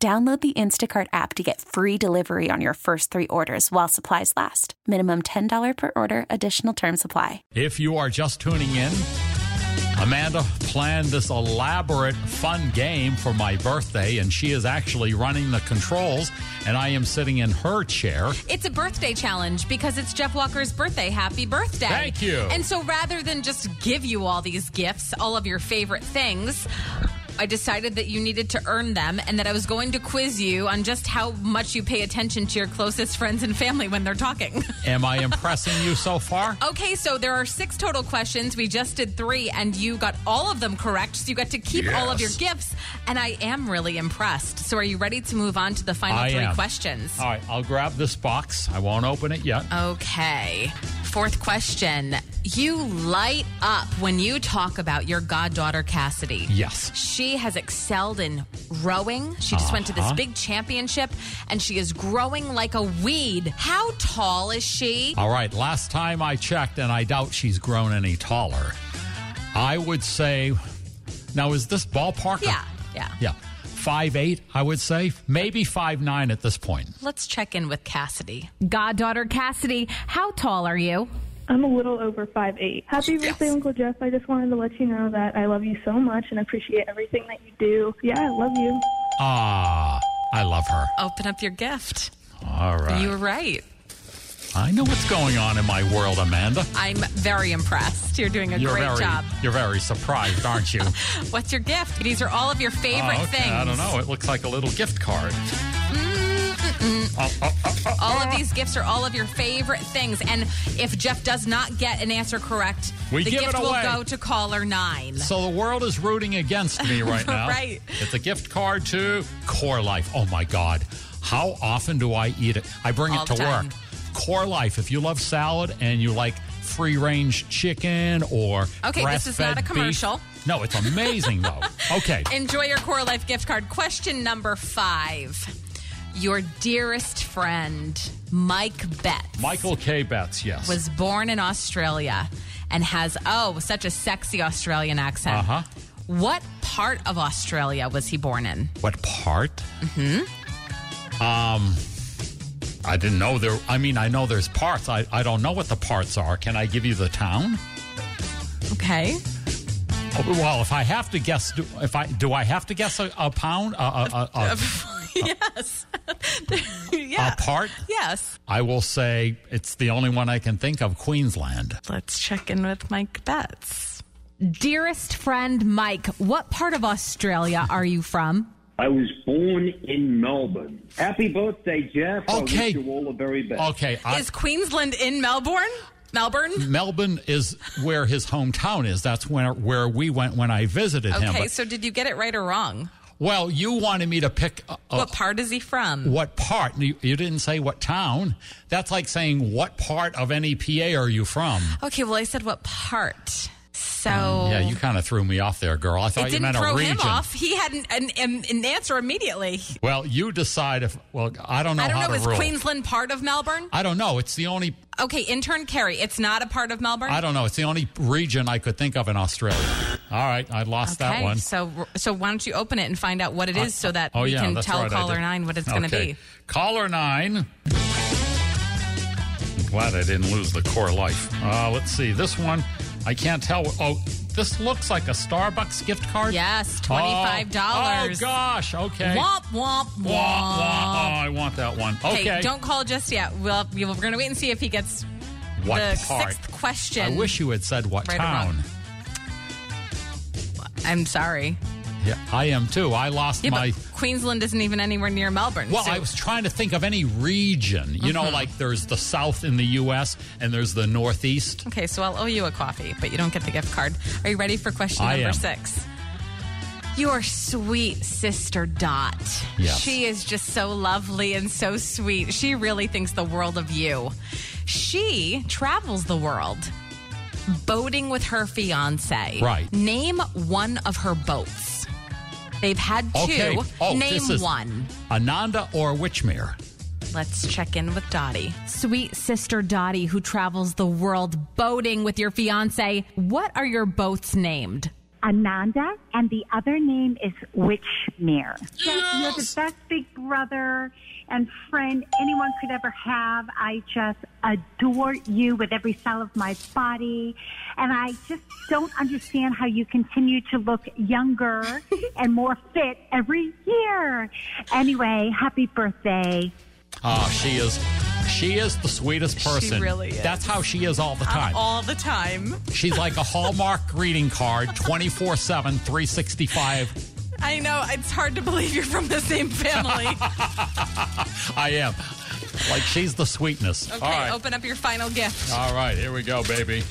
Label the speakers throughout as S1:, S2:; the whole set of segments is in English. S1: Download the Instacart app to get free delivery on your first three orders while supplies last. Minimum $10 per order, additional term supply.
S2: If you are just tuning in, Amanda planned this elaborate, fun game for my birthday, and she is actually running the controls, and I am sitting in her chair.
S3: It's a birthday challenge because it's Jeff Walker's birthday. Happy birthday.
S2: Thank you.
S3: And so rather than just give you all these gifts, all of your favorite things, I decided that you needed to earn them and that I was going to quiz you on just how much you pay attention to your closest friends and family when they're talking.
S2: Am I impressing you so far?
S3: Okay, so there are six total questions. We just did three, and you got all of them correct. So you got to keep all of your
S2: Yes.
S3: gifts, and I am really impressed. So are you ready to move on to the final
S2: I
S3: three
S2: am.
S3: questions?
S2: All right, I'll grab this box. I won't open it yet.
S3: Oh. Okay. Fourth question. You light up when you talk about your goddaughter, Cassidy.
S2: Yes.
S3: She has excelled in rowing. She just went to
S2: Uh-huh.
S3: this big championship and she is growing like a weed. How tall is she?
S2: All right, last time I checked, and I doubt she's grown any taller. I would say, now is this ballpark?
S3: Yeah, yeah.
S2: Yeah. Five eight, I would say. Maybe five nine at this point.
S3: Let's check in with Cassidy.
S4: Goddaughter Cassidy, how tall are you?
S5: I'm a little over five eight. Happy birthday, Uncle Jeff. I just wanted to let you know that I love you so much and appreciate everything that you do. Yeah, I love you.
S2: Ah, I love her.
S3: Open up your gift.
S2: All right.
S3: You were right.
S2: I know what's going on in my world, Amanda.
S3: I'm very impressed. You're doing a
S2: You're
S3: great
S2: very,
S3: job.
S2: you're very surprised, aren't you?
S3: What's your gift? These are all of your favorite
S2: Oh, okay.
S3: things.
S2: I don't know. It looks like a little gift card.
S3: All of these gifts are all of your favorite things. And if Jeff does not get an answer correct,
S2: We
S3: the
S2: give it
S3: gift
S2: away.
S3: will go to caller nine.
S2: So the world is rooting against me right now.
S3: Right.
S2: It's a gift card to Core Life. Oh my God. How often do I eat it? I bring
S3: All
S2: it
S3: the
S2: to
S3: time.
S2: work. Core Life. If you love salad and you like free range chicken or
S3: Okay, this is
S2: grass-fed
S3: not a
S2: beef-
S3: commercial.
S2: No, it's amazing though. Okay.
S3: Enjoy your Core Life gift card. Question number five. Your dearest friend, Mike Betts,
S2: Michael K. Betts, yes.
S3: was born in Australia and has, oh, such a sexy Australian accent.
S2: Uh-huh.
S3: What part of Australia was he born in?
S2: What part? Mm-hmm. Um, I didn't know there. I mean, I know there's parts. I, I don't know what the parts are. Can I give you the town?
S3: Okay.
S2: Oh, Well, if I have to guess, do, if I do, I have to guess a, a pound, a, a, a, a,
S3: yes.
S2: a
S3: yeah.
S2: part.
S3: yes.
S2: I will say it's the only one I can think of. Queensland.
S3: Let's check in with Mike Betts. Dearest friend Mike, what part of Australia are you from?
S6: I was born in Melbourne. Happy birthday, Jeff. I
S2: Okay.
S6: wish you all the very best.
S2: Okay, I,
S3: Is Queensland in Melbourne? Melbourne?
S2: Melbourne is where his hometown is. That's where where we went when I visited him.
S3: Okay,
S2: But-
S3: so did you get it right or wrong?
S2: well, you wanted me to pick a, a,
S3: what part is he from?
S2: what part. You, you didn't say what town. That's like saying what part of any PA are you from?
S3: Okay, well, I said what part. So
S2: Mm, Yeah, you kind of threw me off there, girl. I
S3: Oh. it
S2: thought you
S3: didn't
S2: meant
S3: throw
S2: a region.
S3: him off. He had an, an, an, an answer immediately.
S2: Well, you decide if. Well, I don't know
S3: I don't
S2: how
S3: know.
S2: to
S3: Is
S2: rule.
S3: Queensland part of Melbourne?
S2: I don't know. It's the only.
S3: Okay, intern Carrie, it's not a part of Melbourne.
S2: I don't know. It's the only region I could think of in Australia. All right, I lost
S3: okay,
S2: that one.
S3: so so why don't you open it and find out what it is, so that
S2: oh
S3: we
S2: yeah,
S3: can
S2: that's
S3: tell
S2: right, I
S3: caller
S2: did.
S3: nine what it's going to
S2: Okay.
S3: be.
S2: Caller nine. I'm glad I didn't lose the core life. Uh, let's see this one. I can't tell. Oh, this looks like a Starbucks gift card.
S3: Yes,
S2: Oh,
S3: $25.
S2: Oh, gosh. Okay.
S3: Womp womp womp.
S2: Wah, wah. Oh, I want that one. Okay.
S3: Okay, don't call just yet. We'll, we're going to wait and see if he gets
S2: what
S3: the
S2: part?
S3: sixth question.
S2: I wish you had said what
S3: Right or
S2: town.
S3: wrong. I'm sorry.
S2: Yeah, I am too. I lost
S3: Yeah,
S2: my.
S3: but Queensland isn't even anywhere near Melbourne.
S2: Well,
S3: so- Uh-huh.
S2: I was trying to think of any region. You know, like there's the South in the U.S. and there's the Northeast.
S3: Okay, so I'll owe you a coffee, but you don't get the gift card. Are you ready for question
S2: I
S3: number
S2: am.
S3: six? Your sweet sister Dot.
S2: Yes.
S3: She is just so lovely and so sweet. She really thinks the world of you. She travels the world boating with her fiance.
S2: Right.
S3: Name one of her boats. They've had two.
S2: Okay. Oh,
S3: Name
S2: this is
S3: one.
S2: Ananda or Witchmere?
S3: Let's check in with Dottie.
S4: Sweet sister Dottie, who travels the world boating with your fiance. What are your boats named?
S7: Ananda, and the other name is Witchmere. You're the best big brother and friend anyone could ever have. I just adore you with every cell of my body, and I just don't understand how you continue to look younger and more fit every year. Anyway, happy birthday.
S2: Oh, she is. She is the sweetest person.
S3: really is.
S2: That's how she is all the time.
S3: All the time.
S2: She's like a Hallmark greeting card 24 7, 365.
S3: I know. It's hard to believe you're from the same family.
S2: I am. Like, she's the sweetness.
S3: okay,
S2: all right.
S3: open up your final gift.
S2: All right, here we go, baby.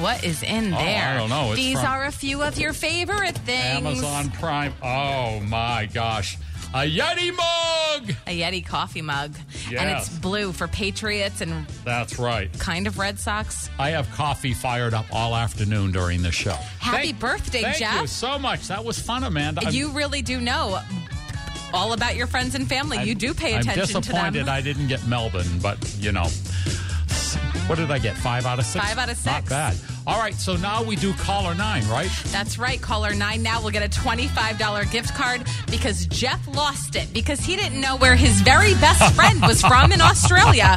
S3: What is in
S2: Oh,
S3: there?
S2: I don't know. It's
S3: These
S2: from-
S3: are a few of your favorite things.
S2: Amazon Prime. Oh my gosh. A Yeti mug!
S3: A Yeti coffee mug. And
S2: Yes.
S3: it's blue for Patriots and
S2: That's right.
S3: kind of Red Sox.
S2: I have coffee fired up all afternoon during this show.
S3: Happy birthday,
S2: thank
S3: Jeff.
S2: you so much. That was fun, Amanda. I'm-
S3: you really do know all about your friends and family. you do pay
S2: I'm
S3: attention to
S2: disappointed
S3: them.
S2: I didn't get Melbourne, but you know. What did I get? Five out of six?
S3: Five out of
S2: Not
S3: six.
S2: bad. All right, so now we do caller nine, right?
S3: That's right. Caller nine now will get a $25 gift card because Jeff lost it because he didn't know where his very best friend was from in Australia.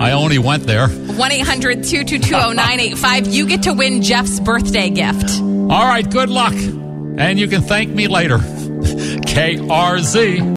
S2: I only went there.
S3: 1 800 222 0985. You get to win Jeff's birthday gift.
S2: All right, good luck. And you can thank me later. KRZ.